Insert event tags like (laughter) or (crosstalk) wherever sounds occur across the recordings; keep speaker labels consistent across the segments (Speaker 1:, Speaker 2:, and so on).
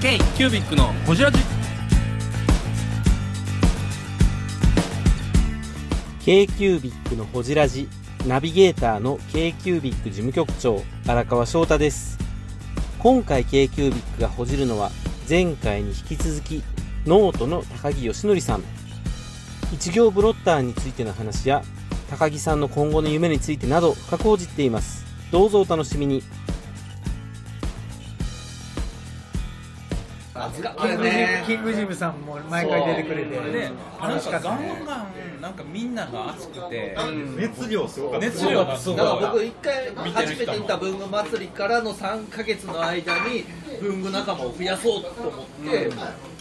Speaker 1: K キュービックのホジラジ
Speaker 2: k q u b i c のほじラジナビゲーターの k q u b i c 事務局長荒川翔太です今回 k q u b i c がほじるのは前回に引き続きノートの高木義則さん一行ブロッターについての話や高木さんの今後の夢についてなど深く応じていますどうぞお楽しみに
Speaker 3: キングジムキングジムさんも毎回出てくれて
Speaker 4: で、なん
Speaker 3: 楽しか
Speaker 4: かガ
Speaker 3: っ
Speaker 4: ン
Speaker 3: たね
Speaker 4: ガンなんかみんなが熱くて、
Speaker 5: 熱量すごかった
Speaker 4: 熱量がすごい
Speaker 6: だから僕一回初めて行った文具祭りからの3ヶ月の間に文具仲間を増やそうと思って、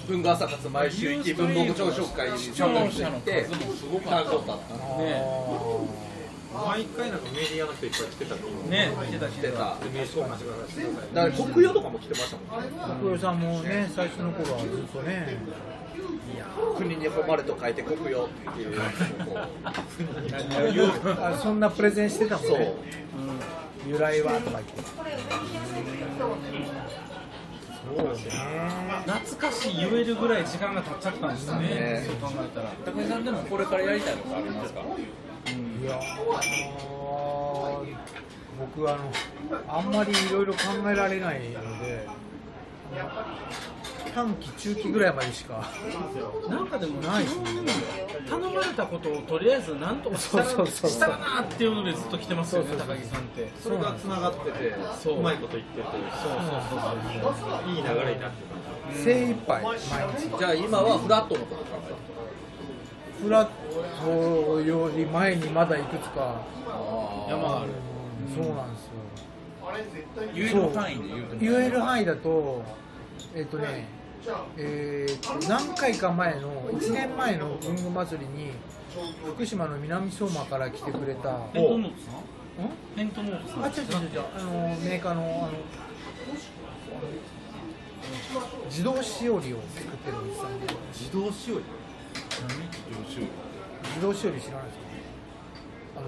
Speaker 6: 文具朝活毎週行き文房具朝食会に
Speaker 4: 視聴
Speaker 6: し
Speaker 4: 者の
Speaker 6: て
Speaker 4: 数もすごか
Speaker 6: 誕
Speaker 4: っ
Speaker 6: 生だったの
Speaker 4: たね。
Speaker 5: 毎回なんかメディアの人いっぱい来てたっていう
Speaker 4: ね、来てた来
Speaker 6: 出
Speaker 4: て
Speaker 6: た
Speaker 4: た。
Speaker 6: だ
Speaker 5: 名刺交換してくださ
Speaker 6: から
Speaker 5: い
Speaker 6: 国用とかも来てましたもんね
Speaker 3: 福井さんもね最初の頃はずっとね
Speaker 6: 国に誉れと書いて国用っていう
Speaker 3: あそんなプレゼンしてたもん
Speaker 6: そう
Speaker 3: ね由来はとか言って
Speaker 4: 懐かしい言えるぐらい時間が経っちゃったんですね
Speaker 6: ね。
Speaker 4: そう考えたら。高木さんでもこれからやりたいことありますか？
Speaker 3: いやー僕はあのあんまりいろいろ考えられないので短期中期ぐらいまでしか
Speaker 4: なんかでも
Speaker 3: ない
Speaker 4: 自分でも頼まれたことをとりあえずなんとかした
Speaker 3: そうそうそう
Speaker 4: したらなっていうのでずっと来てますよね、高木さんって。
Speaker 5: それが繋がってて
Speaker 4: そう
Speaker 5: うまいこと言ってて
Speaker 4: そうそうそうそう。
Speaker 5: いい流れになって
Speaker 3: 精一杯毎日
Speaker 6: じゃあ今はフラットのこと考えて
Speaker 3: フラットより前にまだいくつか
Speaker 4: 山がある。
Speaker 3: そうなんですよ
Speaker 4: 言える範囲で言うとね。
Speaker 3: 言える範囲だとえっ、とねえーと何回か前の1年前の文具祭りに福島の南相馬から来てくれたん
Speaker 4: ペントノートさん？ペントノートさん？
Speaker 3: あ、違う違う違う、あのメーカーのあの自動しおりを作ってるんですよ。
Speaker 5: 自動使用
Speaker 3: 自動しおり知らないですか。あの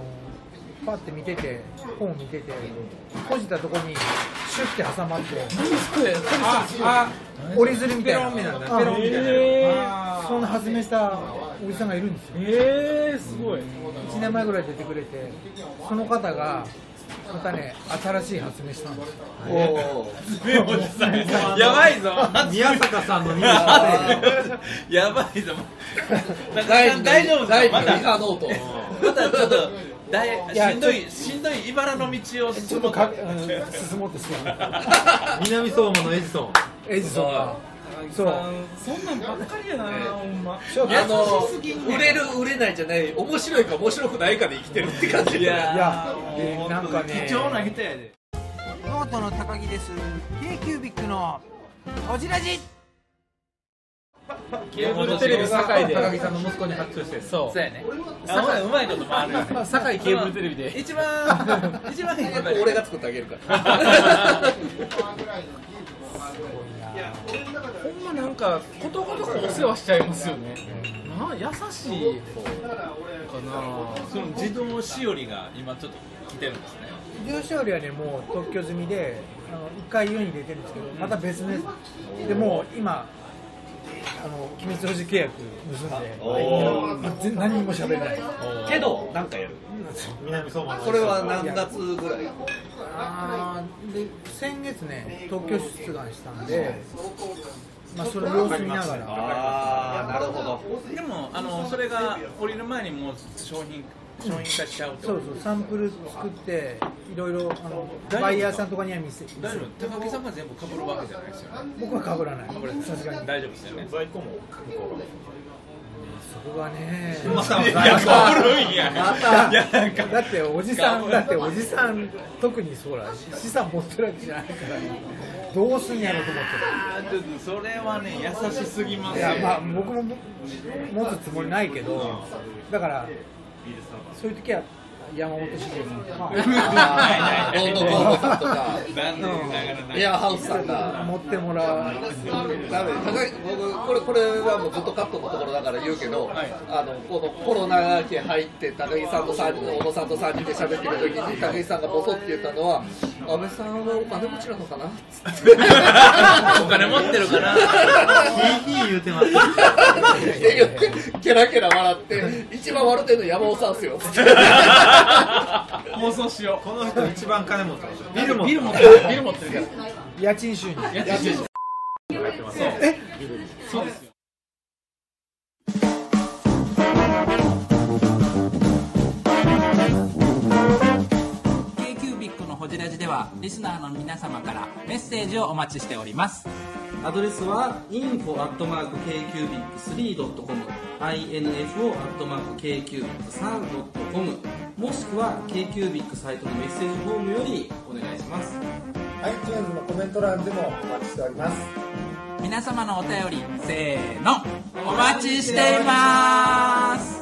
Speaker 3: パって見てて、本を見てて、閉じたとこにシュッて挟まって、
Speaker 4: あ、あ、
Speaker 3: 折り鶴みたいな。
Speaker 5: ペロンみたいな
Speaker 3: あ
Speaker 5: ペロンみたいな
Speaker 3: へーそんな発明したおじさんがいるんですよ。
Speaker 4: ええすごい。
Speaker 3: 1年前ぐらい出てくれて、その方がまたね新しい発明したんですよ。
Speaker 4: (laughs) やば (laughs) いぞ。
Speaker 5: 宮坂さんの宮
Speaker 4: (laughs) やばいぞ。高木さん大丈夫
Speaker 6: 大
Speaker 4: ですかまだ
Speaker 6: 丈夫リハノート
Speaker 4: まだちょっとだ
Speaker 3: い
Speaker 4: い
Speaker 3: や
Speaker 4: しんどいしんどい茨の道を
Speaker 3: ちょ
Speaker 4: 進
Speaker 3: っと
Speaker 4: む
Speaker 3: か、
Speaker 4: か
Speaker 3: うん、。進もうとしてる。
Speaker 5: 南相馬のエジソン
Speaker 3: エジソンが。そう。
Speaker 4: そんなんばっかりやな、ほんま。
Speaker 3: ちょっ
Speaker 6: (laughs)
Speaker 3: と
Speaker 6: あの売れる売れないじゃない面白いか面白くないかで生きてるって感じ
Speaker 3: いや、えーなんかね。
Speaker 4: 人やで。
Speaker 3: ノートの高木です。k キュービックの。おじらじ。
Speaker 4: ケーブルテレビ堺で。
Speaker 5: 高木さんの息子に発注して
Speaker 4: そう。そうやね。うまいこと回るよね。
Speaker 3: 堺
Speaker 4: ケーブルテレビで。一番一番いいことだよ
Speaker 6: 俺が作ってあげるから。
Speaker 4: ほんまなんかことごとくお世話しちゃいますよね。な優しい方かな。その自動しおりが今ちょっと来てるんですね。
Speaker 3: 上昇りはね、もう特許済みで、あの一回世に出てるんですけど、また別のやつ。でも、今。あの、鬼滅の実契約結んで。全然何にも喋れない。
Speaker 6: (laughs) けどなんかやる。
Speaker 5: 南相馬の
Speaker 6: これは何月ぐらい？
Speaker 3: あーで、先月ね、特許出願したんで。まあ、それを様子見ながら。
Speaker 6: ああなるほど。
Speaker 4: でもあのそれが降りる前にもう商品商品化しちゃうって
Speaker 3: そ
Speaker 4: こ
Speaker 3: う
Speaker 4: と。
Speaker 3: そうサンプル作っていろいろあのバイヤーさんとかには見せ
Speaker 4: 大丈夫。高木さんが全部被るわけじゃないですよね。
Speaker 3: 僕はかぶらない
Speaker 4: 被らない
Speaker 3: さすがに
Speaker 4: 大丈夫ですよね。
Speaker 5: 在庫も
Speaker 3: そこがね
Speaker 4: いや被るんや。いやなんか
Speaker 3: だっておじさんだっておじさん特にそうだ資産持ってるわけじゃないからどうすんやろうと思っ
Speaker 4: あーちょっとそれはね優しすぎま
Speaker 3: て
Speaker 4: す
Speaker 3: い
Speaker 4: よ
Speaker 3: や。まあ僕も持つつもりないけどだからそういう時は山本茂さんとか
Speaker 6: あーゴールドゴールドさ (laughs) んとか
Speaker 5: 残念ながらない
Speaker 6: エアハウスさんが
Speaker 3: 持ってもらう
Speaker 6: ダメ高い僕これこれはもうずっとカットのところだから言うけど、あのこのコロナ期入って高木さんと3人小野さんと3人で喋ってる時に高木さんがボソって言ったのは「安倍さんはお金持ちなのかな?」っつって
Speaker 4: お金持ってるかな
Speaker 5: ヒーヒー言うてます
Speaker 6: (laughs) って言ってケラケラ笑って一番笑ってんの山尾さんっすよ (laughs) っつって
Speaker 4: (laughs) 放送しよ
Speaker 5: この人一番金持ってるでしょ
Speaker 4: うビル持ってるビル持ってるか
Speaker 3: 家賃収入
Speaker 4: らやってる
Speaker 7: ケイキュービックのホジラジではリスナーの皆様からメッセージをお待ちしております
Speaker 2: アドレスは info.kcubic3.com info.kcubic3.com もしくは KQBIC サイトのメッセージフォームよりお願いします
Speaker 3: iTunes のコメント欄でもお待ちしております
Speaker 7: 皆様のお便りせーのお待ちしています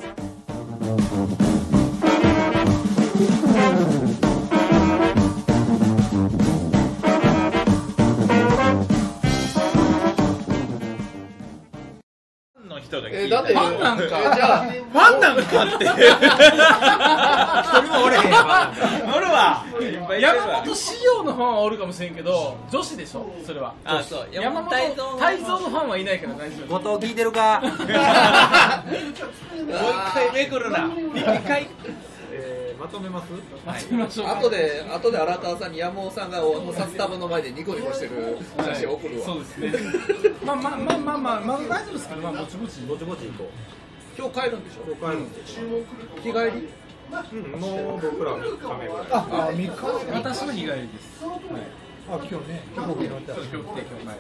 Speaker 5: ファンの人が
Speaker 6: え
Speaker 5: 聞い
Speaker 6: だ
Speaker 5: た
Speaker 6: って
Speaker 5: ら
Speaker 6: ファンなんかじゃあ
Speaker 4: ファンなんかって
Speaker 5: 一人もおれへんわおるわ
Speaker 4: 山本仕様のファンはおるかもしれんけど女子でしょそれは
Speaker 5: あそう
Speaker 4: 山本泰造のファンはいないから大丈
Speaker 5: (laughs)
Speaker 4: 夫
Speaker 2: 後藤聞いてる (laughs) か
Speaker 5: もう一回めく
Speaker 4: (laughs)
Speaker 5: るな一回えーまとめますはい
Speaker 4: 行きましょうか
Speaker 6: 後で後で荒川さんに山尾さんがお札束の前でニコニコしてる写真送るわ、
Speaker 4: そうですねまあまあまあまあまあ、まあ、大丈夫ですからまあぼちぼち
Speaker 5: ぼちぼち行こ
Speaker 6: (laughs) 今日帰るんでし
Speaker 5: う公開の
Speaker 6: ょ日帰り
Speaker 5: うんもう僕らは3日目ぐらい
Speaker 3: ああ3日
Speaker 4: 私の日帰りです
Speaker 3: あ今日ね飛行機乗
Speaker 4: 今日来て今
Speaker 3: った
Speaker 4: 日前
Speaker 5: と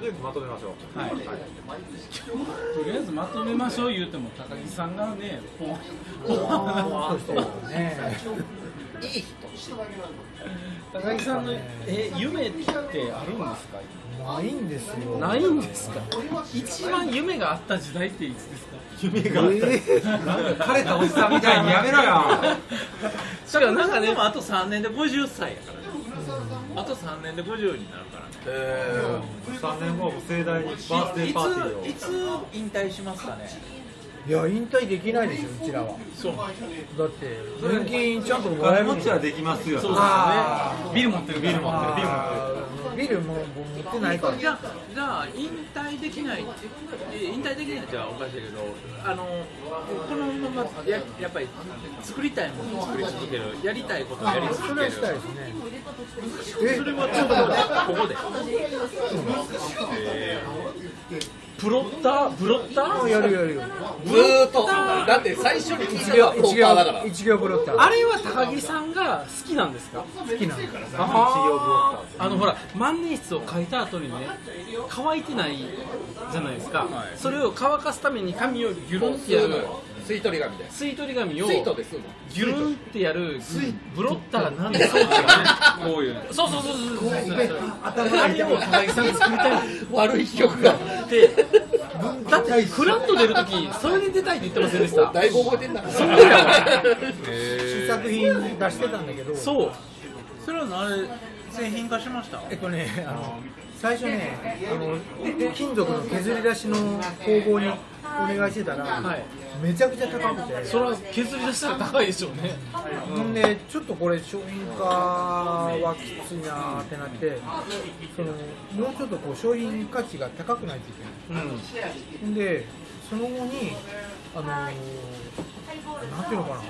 Speaker 5: りあえずまとめましょう
Speaker 4: はいとりあえずまとめましょう言うても高木さんがねポン
Speaker 3: あそうね
Speaker 4: 高木さんのえ夢ってあるんですか
Speaker 3: ないんですよ
Speaker 4: ないんですか一番夢があった時代っていつですか
Speaker 5: 夢がなんか枯れたおじさんみたいにやめろよ
Speaker 4: しかもなんかね
Speaker 5: あと3年で50歳やからあと3年で50になるからね3年後はもう盛大にバースデーパーティーを
Speaker 6: いつ引退しますかね
Speaker 3: いや引退できないですようちらは
Speaker 4: そう
Speaker 3: だって年金ちゃんともらえ
Speaker 5: 金
Speaker 3: る
Speaker 5: 持
Speaker 3: の
Speaker 5: ちはできますよ
Speaker 4: そうですよねビル持ってるビル持ってる
Speaker 3: あービルも僕持ってないから
Speaker 8: じゃあ、じゃあ引退できない、え引退できないじゃおかしいけど、あのこのままややっぱり作りたいものを作り続ける、やりたいことをやり
Speaker 3: そ
Speaker 8: 続
Speaker 3: れは
Speaker 8: ける、
Speaker 3: したいですね
Speaker 8: それはちょっとここで、
Speaker 4: ブロッターブロッタ
Speaker 3: あ
Speaker 4: ー
Speaker 3: やるやるよ
Speaker 6: ずーっとだって最初に一行はプロ
Speaker 3: 一
Speaker 6: ッパ
Speaker 3: 行
Speaker 6: ーだから
Speaker 3: 一行ブロッター
Speaker 4: あれは高木さんが好きなんですか
Speaker 3: 好きなんだから
Speaker 4: あーあのほら万年筆を書いた後にね乾いてないじゃないですか、それを乾かすために紙をギュルンってやる
Speaker 6: 吸い取り紙で
Speaker 4: 吸い取り紙を
Speaker 6: 吸い
Speaker 4: ギ
Speaker 6: 取ですんの
Speaker 4: ュルンってやるブロッターが何でそうかねこういうのそうそうそうそうそうあれを高木さんが作りたい
Speaker 6: (laughs) 悪い記憶が
Speaker 4: でだってフラッと出るときそれで出たいって言ってませんでした
Speaker 6: だいぶ覚えてんな
Speaker 4: そうや
Speaker 3: 試作品出してたんだけど
Speaker 4: そう
Speaker 8: それはあれ、製品化しました
Speaker 3: えっとね、あの最初ねあの、金属の削り出しの工房にお願いしてたら、
Speaker 4: はい
Speaker 3: めちゃくちゃ高くて、
Speaker 4: それは削り出したら高いでしょうね
Speaker 3: ほんで、ちょっとこれ、商品化はきついなーってなって、そのもうちょっとこう商品価値が高くないといけない。ほんで、その後に、あのーなんていうのかな、あの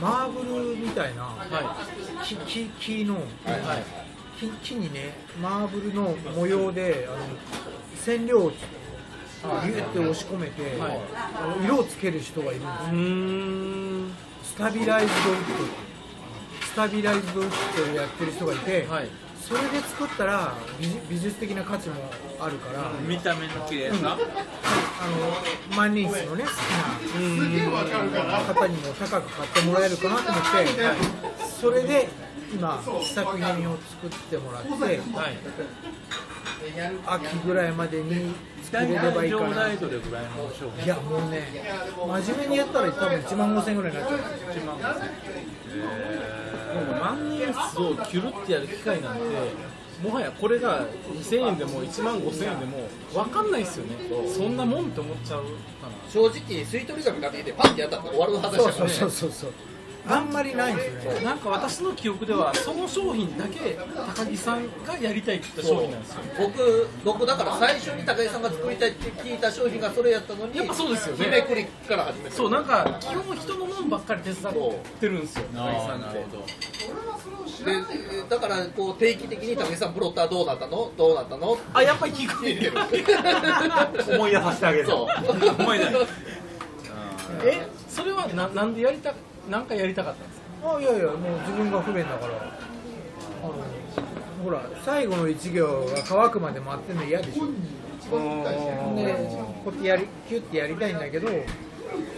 Speaker 3: マーブルみたいな、木木木の、木木にねマーブルの模様であの染料をギュッて押し込めて、あの色をつける人がいるんですよスタビライズドウッドスタビライズドウッドをやってる人がいて、
Speaker 4: はい
Speaker 3: それで作ったら美術美術的な価値もあるから、
Speaker 8: 見た目の綺麗
Speaker 3: あ
Speaker 8: さ、
Speaker 3: の万年筆のね好きな方にも高く買ってもらえるかなと思ってそれで今試作品を作ってもらって秋ぐらいまでに作
Speaker 8: 大
Speaker 3: れればい
Speaker 8: 体
Speaker 3: いか
Speaker 8: 上
Speaker 3: な
Speaker 8: 大度でぐらいの勝負
Speaker 3: いやもうね真面目にやったら多分1万5000円ぐらいになっちゃう
Speaker 4: もう万年筆をキュルってやる機械なんてもはやこれが2000円でも1万5000円でも分かんないですよねそんなもんって思っちゃうかな
Speaker 6: 正直、吸い取り紙買ってきて、パンってやったら終わる話だ
Speaker 3: そう
Speaker 6: か
Speaker 3: そ
Speaker 6: ら
Speaker 3: う
Speaker 6: ね。
Speaker 3: そうそうそうあんまりないんですよね
Speaker 4: なんか私の記憶ではその商品だけ高木さんがやりたいって言った商品なんですよ
Speaker 6: 僕、僕だから最初に高井さんが作りたいって聞いた商品がそれやったのに、
Speaker 4: やっぱそうですよね
Speaker 6: ひねくりから始めた。
Speaker 4: そうなんか基本人のもんばっかり手伝ってるんですよ高木さんって
Speaker 6: でだからこう定期的に武井さんプロッターどうなったのどうなったの
Speaker 4: あやっぱり聞く
Speaker 6: 聞いてる
Speaker 4: (laughs)
Speaker 5: 思い出させてあげる
Speaker 6: そう
Speaker 5: 思い出す
Speaker 4: えそれはななんでやりたなんかやりたかったんですか
Speaker 3: あいやいやもう自分が不便だからあのほら最後の1行が乾くまで待ってんの嫌でしょでこうやってやりキュッてやりたいんだけど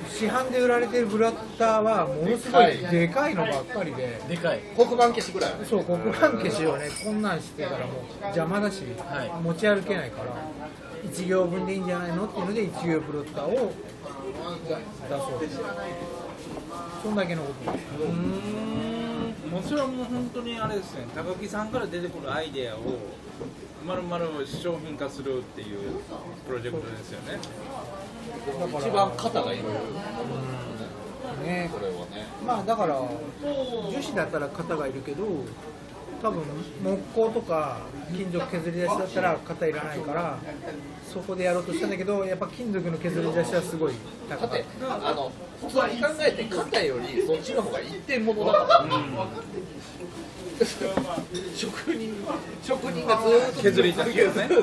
Speaker 3: 市販で売られてるブラッターはものすごいでかいのばっかりで
Speaker 4: でかい
Speaker 6: 黒板消しぐらいある
Speaker 3: そう黒板消しをねこんなんしてたらもう邪魔だし、
Speaker 4: はい
Speaker 3: 持ち歩けないから1行分でいいんじゃないのっていうので1行ブロッターを出そうそんだけのことです
Speaker 8: うーんもちろんもう本当にあれですね高木さんから出てくるアイデアをまるまる商品化するっていうプロジェクトですよね
Speaker 6: 一番肩がいる
Speaker 3: ね
Speaker 6: これはね
Speaker 3: まあだから樹脂だったら型がいるけど多分木工とか金属削り出しだったら型いらないからそこでやろうとしたんだけどやっぱ金属の削り出しはすごい
Speaker 6: だ
Speaker 3: 高
Speaker 6: っ
Speaker 3: かって
Speaker 6: あの普通に考えて肩よりそっちの方が一点物だから、職人職人がずーっと削り続けるね
Speaker 3: た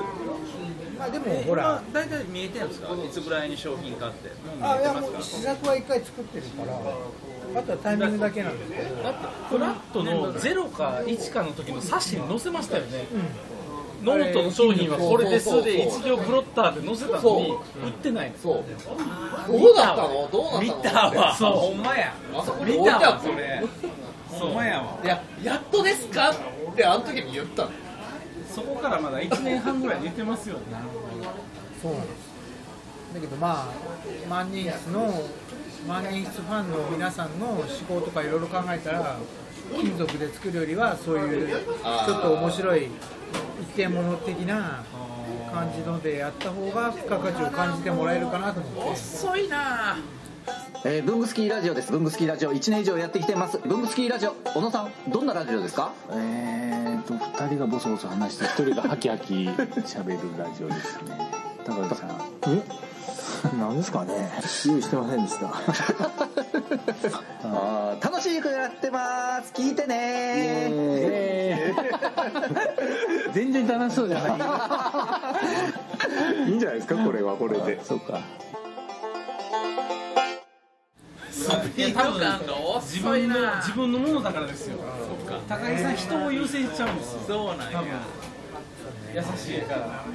Speaker 3: まあでもほら
Speaker 8: 今大体見えてるんですかいつぐらいに商品化ってもう見
Speaker 3: あい
Speaker 8: え
Speaker 3: や
Speaker 8: て
Speaker 3: もう
Speaker 8: ますか
Speaker 3: 試作は一回作ってるからあとはタイミングだけなんですけど
Speaker 4: だってフラットの0か1かの時の冊子に載せましたよね、ノートの商品はこれですで1行ブロッターで載せたのに
Speaker 6: そ
Speaker 4: 売ってないの
Speaker 6: そうどうだったのどうなったの
Speaker 8: 見たわ
Speaker 6: って
Speaker 8: ほんまや
Speaker 6: あそこに
Speaker 8: 見
Speaker 6: 置いて
Speaker 8: た
Speaker 6: あ
Speaker 8: わ
Speaker 6: った
Speaker 8: それほんまやわ
Speaker 6: いや、やっとですかってあの時に言ったの
Speaker 8: そこからまだ1年半ぐらい寝てますよね
Speaker 3: そうなんですだけどまあ万人筆の万人筆ファンの皆さんの思考とかいろいろ考えたら金属で作るよりはそういうちょっと面白い一点物的な感じのでやった方が付加価値を感じてもらえるかなと思って
Speaker 8: 遅いなあ
Speaker 9: えー、ブングスキーラジオです。ブングスキーラジオ1年以上やってきてます。ブングスキーラジオ、小野さん、どんなラジオですかえーと、2人がボソボソ話して、1人がハキハキ喋るラジオですね。高橋さん。えなんですかね用意してませんでした。 (laughs) あー楽しい曲やってます。聞いてね全然楽しそうじゃない。いいんじゃないですか、これはこれで。そうか。
Speaker 8: いや多分なんか
Speaker 4: 自
Speaker 8: 遅い
Speaker 4: 分の
Speaker 8: な
Speaker 4: 自分のものだからですよ高木さん人を優先しちゃうんですよ
Speaker 8: そうなんや
Speaker 4: 多分優しいから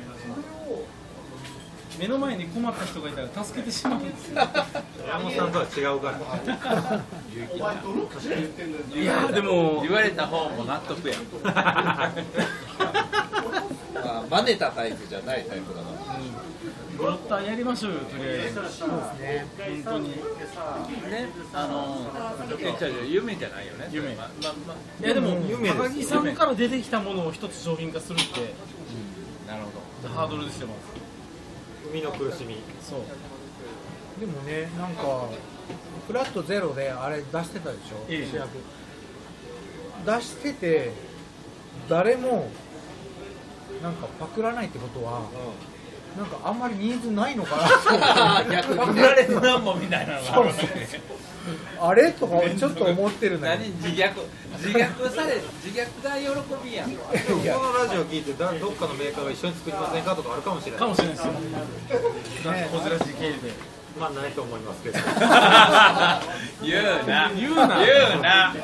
Speaker 4: 目の前に困った人がいたら助けてしまうんですよ
Speaker 5: 山本さんとは違うから
Speaker 4: いやでも
Speaker 8: 言われた方も納得や (laughs)
Speaker 6: まあ、真似たタイプじゃないタイプだか
Speaker 4: ブロッターやりましょうよとりあえず
Speaker 8: ね、あのー、え、違う違う、夢じゃないよね。夢。まあ、まあ、ま
Speaker 4: いやでも高木さんから出てきたものを一つ商品化するって
Speaker 8: あ、なるほ
Speaker 4: ハードルですよま
Speaker 5: 生みの苦しみ
Speaker 4: ずそう
Speaker 3: でもねなんかフラットゼロであれ出してたでしょ、
Speaker 4: ええ
Speaker 3: 主役出してて誰もなんかパクらないってことは、なんかあんまりニーズないのかな
Speaker 8: (laughs)
Speaker 6: 逆に
Speaker 3: パク
Speaker 6: ね
Speaker 3: られる
Speaker 8: ど。なんもみたいなのがあるわけね。
Speaker 3: あれとかちょっと思ってるんだ
Speaker 8: 何
Speaker 3: け
Speaker 8: 自虐、自虐され、自虐が喜びやん。
Speaker 5: でもこのラジオ聞いてだどっかのメーカーが一緒に作りませんかとかあるかもしれな
Speaker 4: か
Speaker 5: い
Speaker 4: もしれないですよなんかこじらしい経緯で
Speaker 5: まあないと思いますけど
Speaker 8: 言うな。
Speaker 4: 言うな
Speaker 8: 言うな。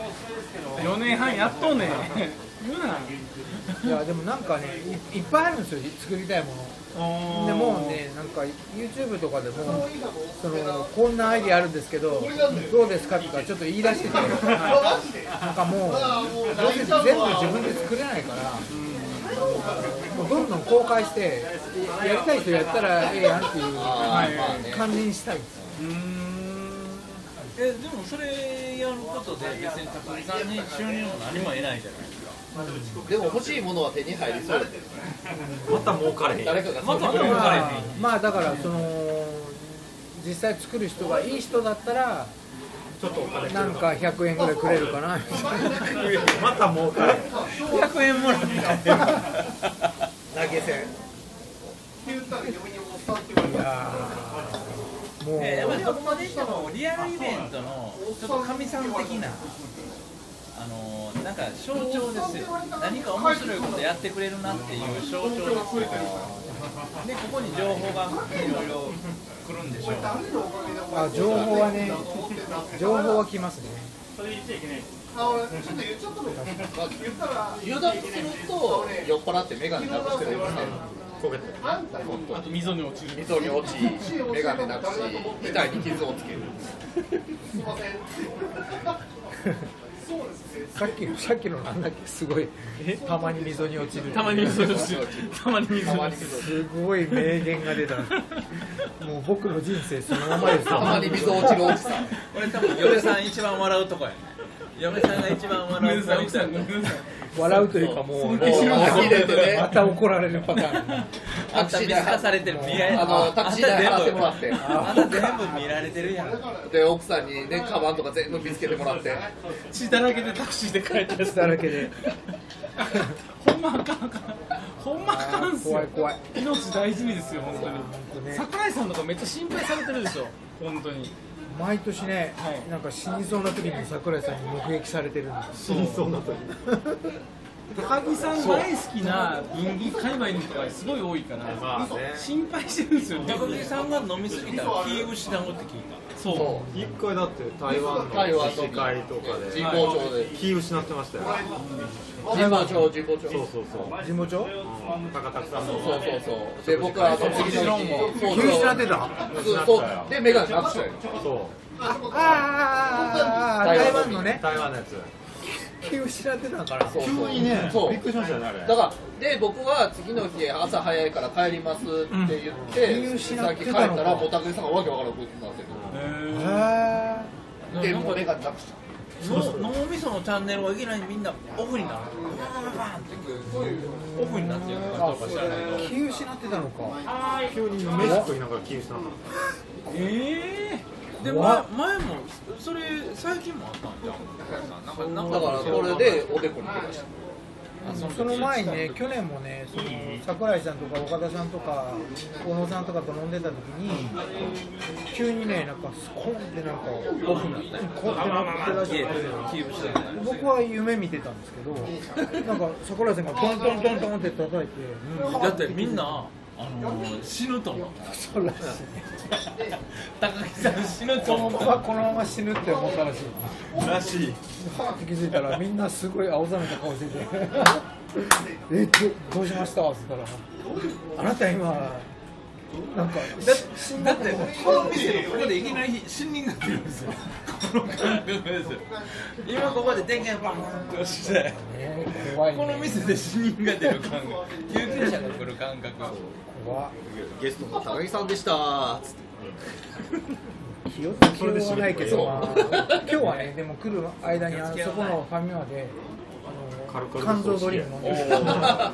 Speaker 4: 4年半やっとんねん言うな
Speaker 3: どいやでもなんかねいいっぱいあるんですよ作りたいものでもうねなんか YouTube とかでもそのこんなアイディアあるんですけどどうですかとかちょっと言い出しててなんかもうどうせ全部自分で作れないからもうどんどん公開してやりたい人やったらええやんっていう関連したいんですよ
Speaker 8: えでもそれやることで別に高木さんに収入も何も得ないじゃない
Speaker 6: でも欲しいものは手に入りそうやね
Speaker 5: また儲かれへん
Speaker 6: 誰かが
Speaker 8: また
Speaker 6: そんな
Speaker 8: 儲かれへん
Speaker 3: まあ、まあだからその実際作る人がいい人だったら
Speaker 5: ちょっとお金
Speaker 3: なんか100円ぐらいくれるか
Speaker 5: (laughs)
Speaker 3: なみたいな
Speaker 5: また儲かれへん
Speaker 8: 100円もらった
Speaker 3: 投げ銭いやーもう、
Speaker 8: えやっぱりどこまで行ってもリアルイベントのちょっと神さん的なあのなんか象徴ですよ何か面白いことやってくれるなっていう象徴ですよでここに情報がいろいろ来るんでしょう
Speaker 3: あ情報はね情報は来ますね
Speaker 6: 油断すると酔っ払って眼鏡なくしてるんですね
Speaker 4: あと溝に落ちる
Speaker 6: 溝に落ち眼鏡なくし額に傷をつける
Speaker 3: さっきのさっきのなんだっけすごいたまに溝に落ちる
Speaker 4: たまに溝に落ちるたまに溝に落ちる
Speaker 3: すごい名言が出たもう僕の人生そのままです
Speaker 6: たまに溝落ちるおじさん
Speaker 8: 俺多分嫁さん一番笑うとこやね嫁さんが一番笑うとこ
Speaker 4: 溝さん溝さん
Speaker 3: 笑うというかもうもう
Speaker 6: 呆れてね
Speaker 3: また怒られるパターン
Speaker 8: あんた見透かされてる見られ
Speaker 6: あのタクシー代払ってもらって
Speaker 8: あんた全部見られてるやん
Speaker 6: で奥さんにねカバンとか全部見つけてもらって
Speaker 4: 血だらけでタクシーで帰ったやつ
Speaker 3: だらけで
Speaker 4: ほんまあかんあかんほんまあかんっすよ
Speaker 3: 怖い怖い
Speaker 4: 命大事にですよ本
Speaker 3: 当
Speaker 4: 当
Speaker 3: ね
Speaker 4: に桜井さんとかめっちゃ心配されてるでしょ本当に
Speaker 3: 毎年ね、
Speaker 4: はい
Speaker 3: なんか死にそうな時に桜井さんに目撃されてるんです
Speaker 4: 死にそうな時高木さん大好きな文具界隈の人がすごい多いから、心配してるんですよね
Speaker 8: 高木さんが飲みすぎたら気を失うって聞い
Speaker 4: そう
Speaker 5: 一回だって台湾の
Speaker 6: 台湾の
Speaker 5: 自治会とかで
Speaker 6: 神保町で
Speaker 5: 気失ってましたよ
Speaker 6: 神保町神保町
Speaker 5: そうそうそう
Speaker 3: 地元町
Speaker 5: 高田さん
Speaker 6: そう
Speaker 5: の
Speaker 6: そうそうそうで僕はその次の日そうそう
Speaker 5: 気失ってた
Speaker 6: そうそうで眼鏡なくしたよ
Speaker 5: そ
Speaker 3: ああああああ台湾の
Speaker 5: う
Speaker 3: ね
Speaker 5: 台湾のやつ
Speaker 3: 気を失ってたから
Speaker 6: そうそうそう
Speaker 5: びっくりしましたよねあれ
Speaker 6: だからで僕は次の日朝早いから帰りますって言って、
Speaker 3: うん
Speaker 6: さっき帰ったらもう高木さんがわけわからなくなって
Speaker 3: へ
Speaker 6: るでもう目がなくした
Speaker 8: たの脳みそのチャンネルがいきなりみんなオフになるバーンってオフになってるのかどうか知らないけど
Speaker 3: え気を失ってたのか
Speaker 5: 急に飯食いながら気失ったの
Speaker 8: ええで、
Speaker 3: 怖
Speaker 8: ま
Speaker 3: っ、
Speaker 8: 前もそれ最近もあったんじゃん高木さんなんか
Speaker 6: だからこれでおでこに出ました
Speaker 3: その前にね去年もねその桜井さんとか岡田さんとか小野さんとかと飲んでた時に急にねなんかスコンってなんか
Speaker 8: オフになったよ
Speaker 3: こうやってなってらし
Speaker 8: い
Speaker 3: く
Speaker 8: や
Speaker 3: て
Speaker 8: 気を失う
Speaker 3: 僕は夢見てたんですけど、なんか桜井さんがトントントントンって叩いて、 (laughs)
Speaker 8: だってみんなあの死ぬと思う
Speaker 3: そうらしい。
Speaker 8: 高木さん死ぬと思
Speaker 3: 僕
Speaker 8: う
Speaker 3: はこのまま死ぬって思ったらしい。
Speaker 5: らし
Speaker 3: (laughs)
Speaker 5: い
Speaker 3: はーって気づいたらみんなすごい青ざめた顔してて、えどどうしましたって言ったら、あなた今なんか
Speaker 8: だだってこの店のここでいきなり死人が出るんですよこの感覚ですよ今ここで電源バーンって押して
Speaker 3: ね怖い
Speaker 8: この
Speaker 3: ね。
Speaker 8: 店で死人が出る感覚救急車が来る感覚
Speaker 3: 怖。
Speaker 6: ゲストの高木さんでしたーつって
Speaker 3: 気をつけようはないけど、まあ今日はねでも来る間にあのそこのファミマで。あの肝臓ドリーム飲んできた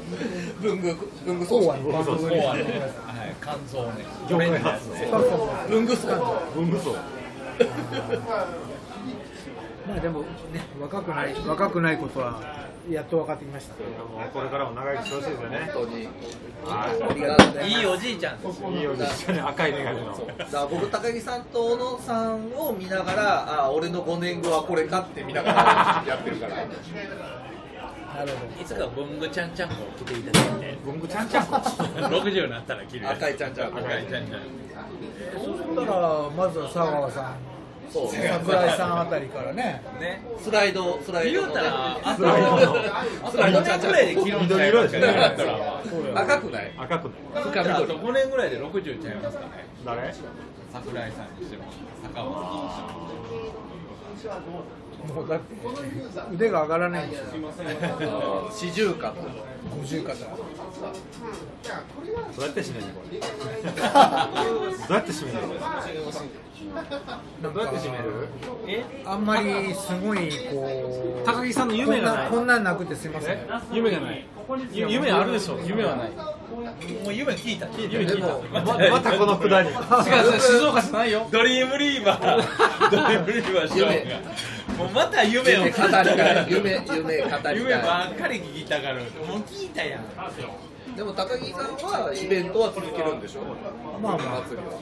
Speaker 6: 文具文具
Speaker 3: そ
Speaker 6: 装
Speaker 3: う
Speaker 6: 置
Speaker 3: はね、バンド
Speaker 8: こ
Speaker 3: ブ
Speaker 8: う
Speaker 3: レイ
Speaker 8: は
Speaker 3: ク
Speaker 8: ね、はい、肝臓ね
Speaker 5: 業界初の
Speaker 3: そうそうそう
Speaker 6: 文具装置
Speaker 5: 文武装
Speaker 3: まあでもね、若くない、若くないことは、やっと分かってきました。
Speaker 5: これからも長生きしてほしいですよね
Speaker 6: 本当に
Speaker 5: はい
Speaker 6: ありがとうございます
Speaker 8: いいおじいちゃんです
Speaker 5: いいよ一緒に赤い眼鏡の
Speaker 6: だから僕高木さんと小野さんを見ながらあ俺の5年後はこれかって見ながらやってるから
Speaker 3: なるほ
Speaker 8: いつかブングちゃんちゃんこを着ていただいて
Speaker 5: 文具ちゃんちゃん
Speaker 8: (laughs)
Speaker 5: こ
Speaker 8: 60になったら着るやつ
Speaker 6: 赤いちゃんちゃん
Speaker 8: 赤いちゃんちゃん
Speaker 3: ど。そしたら、まずは佐川さん、
Speaker 6: そう
Speaker 3: 桜井さんあたりからね。
Speaker 8: ね
Speaker 6: スライドスライ
Speaker 8: 言
Speaker 6: ド
Speaker 8: う
Speaker 6: の
Speaker 8: た
Speaker 6: ね
Speaker 8: らあと
Speaker 6: スライド
Speaker 8: あと
Speaker 6: スライド
Speaker 8: 5
Speaker 6: ちゃん
Speaker 8: 年
Speaker 6: ち
Speaker 8: ぐらいで
Speaker 6: ゃん
Speaker 8: 着るんちゃ
Speaker 5: 緑
Speaker 8: い
Speaker 5: 色
Speaker 8: ま
Speaker 5: ですす
Speaker 8: か
Speaker 5: よ
Speaker 8: ね
Speaker 5: ね
Speaker 6: 赤くない
Speaker 5: 赤くない
Speaker 8: あと5年ぐらいで60ちゃいますかね
Speaker 5: 誰
Speaker 8: 桜井さんにしても坂本さんにしても
Speaker 3: もうだって腕が上がらないんですよ
Speaker 6: 四十肩
Speaker 3: 五十肩
Speaker 5: どうやって締めるのこれどうやって締めるの
Speaker 3: なんかあんまりすごいこう
Speaker 4: 高木さんの夢がない
Speaker 3: こんなこんなんなくてすいません
Speaker 4: 夢がない
Speaker 10: ゆ夢あるでしょ夢はない
Speaker 8: もう夢聞いた聞い
Speaker 10: 夢聞いた
Speaker 5: ままたこのくだり
Speaker 10: 違う違う静岡じゃないよ
Speaker 8: ドリームリーバードリームリーバーしようがもうまた夢を
Speaker 6: 夢語
Speaker 8: 聞い
Speaker 6: り
Speaker 8: た
Speaker 6: たい夢夢語りたい
Speaker 8: 夢ばっかり聞きたがるもう聞いたやん
Speaker 6: でも高木さんはイベントは続けるんでしょ
Speaker 3: まあまあ
Speaker 6: 祭りは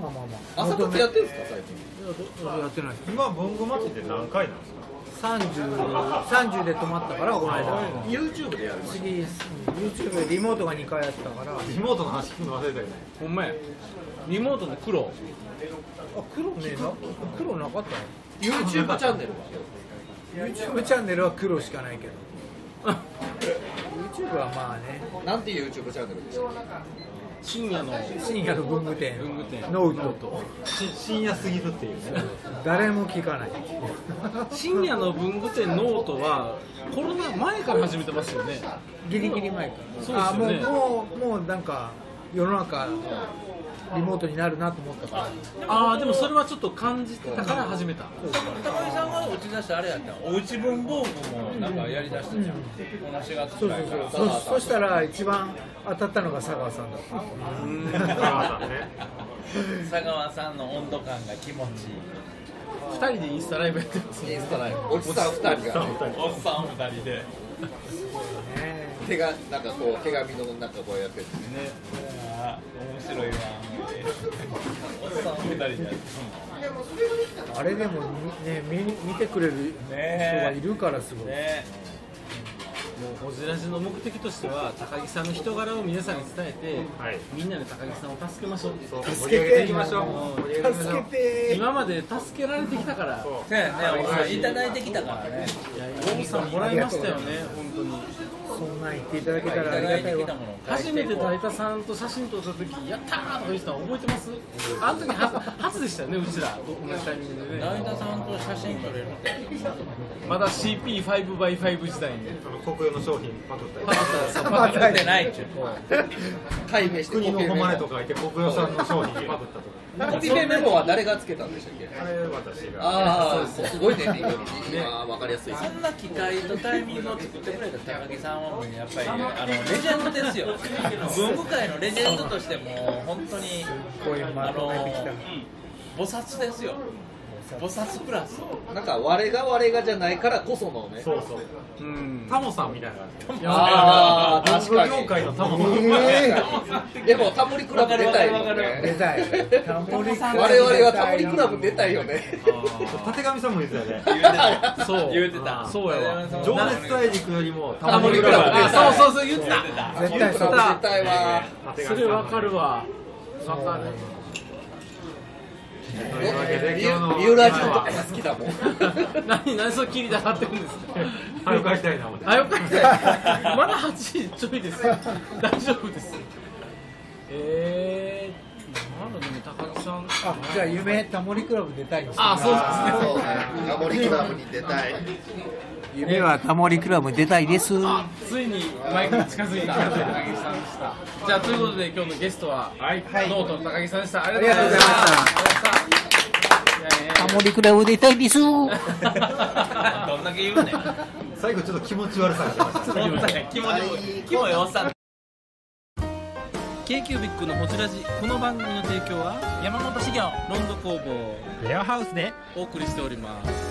Speaker 3: まあまあまあ
Speaker 6: 朝活やってるんですか最近
Speaker 3: やってない
Speaker 5: 今文具祭って何回なんですか
Speaker 3: 30 30で止まったからこの間
Speaker 6: YouTube でやる
Speaker 3: 次うん YouTube でリモートが2回やったからあ
Speaker 5: リモートの話聞くの忘れたよね
Speaker 4: ほんまやリモートの苦労
Speaker 3: 黒ねな黒なかったよ
Speaker 6: YouTube チャンネルは
Speaker 3: YouTube チャンネルは黒しかないけ (laughs) ど YouTube はまあね
Speaker 6: なんていう YouTube チャンネルでしょ
Speaker 4: 深夜の
Speaker 3: 深夜の文具店
Speaker 4: 文具店
Speaker 3: ノート
Speaker 5: し深夜すぎるっていうね
Speaker 3: 誰も聞かない
Speaker 4: 深夜の文具店ノートはコロナ前から始めてますよね
Speaker 3: ギリギリ前か
Speaker 4: そう
Speaker 3: らあもう
Speaker 4: ですよね
Speaker 3: もうもうなんか世の中リモートになるなと思ったから
Speaker 4: ああでもそれはちょっと感じてたから始めた
Speaker 8: 高井さんが打ち出したあれやったんおうち文房具もなんかやりだしたじゃん、
Speaker 3: うん
Speaker 8: この4月
Speaker 3: そう
Speaker 8: く
Speaker 3: そ
Speaker 8: らいうから
Speaker 3: そうそそしたら一番当たったのが佐川さんだった
Speaker 5: 佐川さんね
Speaker 8: 佐川さんの温度感が気持ちいい
Speaker 4: 2人でインスタライブやってます
Speaker 6: インスタライブおじさん二人が、ね、
Speaker 8: おっさん2人で
Speaker 3: ね
Speaker 6: 手がなんかこう手紙のなんかこうやってる
Speaker 8: あー面白いわおっさん2人でやって
Speaker 3: あれでもみね見に見てくれる人がいるからすごい、
Speaker 8: ね
Speaker 4: もうホジラジの目的としては高木さんの人柄を皆さんに伝えて、
Speaker 5: はい
Speaker 4: みんなで高木さんを助けましょう
Speaker 5: そう
Speaker 3: 助けて
Speaker 5: 盛り上げていきましょう盛り上げていきましょ
Speaker 3: 助
Speaker 5: う
Speaker 3: けて
Speaker 4: 今まで助けられてきたから
Speaker 8: そうやねおっさんいただいてきたからね
Speaker 4: いや大木さんもらいましたよね本当に
Speaker 3: そんなん言っていただけ
Speaker 8: い
Speaker 3: た
Speaker 8: た
Speaker 3: らあり
Speaker 8: だ
Speaker 3: が
Speaker 8: い
Speaker 3: た
Speaker 8: て
Speaker 3: い
Speaker 8: き
Speaker 3: わ
Speaker 8: たものを返して
Speaker 4: 初めて
Speaker 8: こう
Speaker 4: 大田さんと写真撮った時やったーとか言ってたの覚えてますあの時初初でしたよねうちら同じタイミングで
Speaker 8: 大
Speaker 4: ね
Speaker 8: 田さんと写真撮れるって
Speaker 4: まだ CP5x5 時代に
Speaker 5: あの国用の商品パクったり
Speaker 4: パクったそう
Speaker 8: まだ撮って
Speaker 3: (laughs)
Speaker 8: ないっちゅう
Speaker 6: 解明して
Speaker 5: 国の誉れと
Speaker 6: コ
Speaker 5: か書いて国用さんの商品パクったとか
Speaker 6: ピペメモは誰がつけたんでしたっけ
Speaker 5: あれ私が
Speaker 6: ああすごいねリンゴにああ分かりやすい
Speaker 8: そんな機会とタイミングを作ってくれた高木さんはもうや
Speaker 4: (laughs)
Speaker 8: っぱりあのレジェンドですよ文具界のレジェンドとしてもう本当に
Speaker 3: こういうま
Speaker 8: あ
Speaker 3: と
Speaker 8: の
Speaker 3: めてきた
Speaker 8: 菩薩ですよ菩薩プラス
Speaker 6: なんか我が我がじゃないからこそのね
Speaker 5: そうそう
Speaker 4: うん
Speaker 5: タモさんみたいな感じ
Speaker 6: (laughs) ああ確
Speaker 5: 文
Speaker 6: か
Speaker 5: 具業界の
Speaker 6: に
Speaker 5: タモさん
Speaker 3: え
Speaker 6: でもタモリクラブ出たいよね
Speaker 3: 出たいタモリクラブ
Speaker 6: 我々はタモリクラブ出たいよね
Speaker 5: 縦紙さんも言ってたよね
Speaker 4: そう
Speaker 8: 言うてた
Speaker 4: そうやわ
Speaker 5: 情熱大陸よりも
Speaker 6: タモリクラブ出た
Speaker 4: あ
Speaker 6: い
Speaker 4: そうそうそう言ってた
Speaker 3: 絶対そう
Speaker 6: 出たいわ
Speaker 4: それわかるわわかる
Speaker 5: というわけで
Speaker 6: ビ
Speaker 5: 今日の
Speaker 6: ュビューラジオとかが好きだもん (laughs)
Speaker 4: 何何そう切りたがってるんですか
Speaker 5: はよ帰りたいな思って
Speaker 4: あよかったまだ8時ちょいですよ大丈夫ですえー、なんだでも高木さん
Speaker 3: あじゃあ夢タモリクラブ出たいんです
Speaker 4: あそうですね
Speaker 6: タモリクラブに出たい
Speaker 3: 夢はタモリクラブ出たいです
Speaker 4: あついにマイクに近づいた高木さんでしたじゃあということで今日のゲストは、ノートの高木さんでしたありがとうございました
Speaker 3: タモリクラブ出た
Speaker 4: (laughs)
Speaker 3: いです
Speaker 8: どんだけ言うねん
Speaker 5: 最後ちょっと気持ち悪さが出ましたね
Speaker 8: 気も気もよさ
Speaker 4: k イキュービックのホジラジこの番組の提供は
Speaker 8: 山本資源
Speaker 4: ロンド工房
Speaker 5: レアハウスで
Speaker 4: お送りしております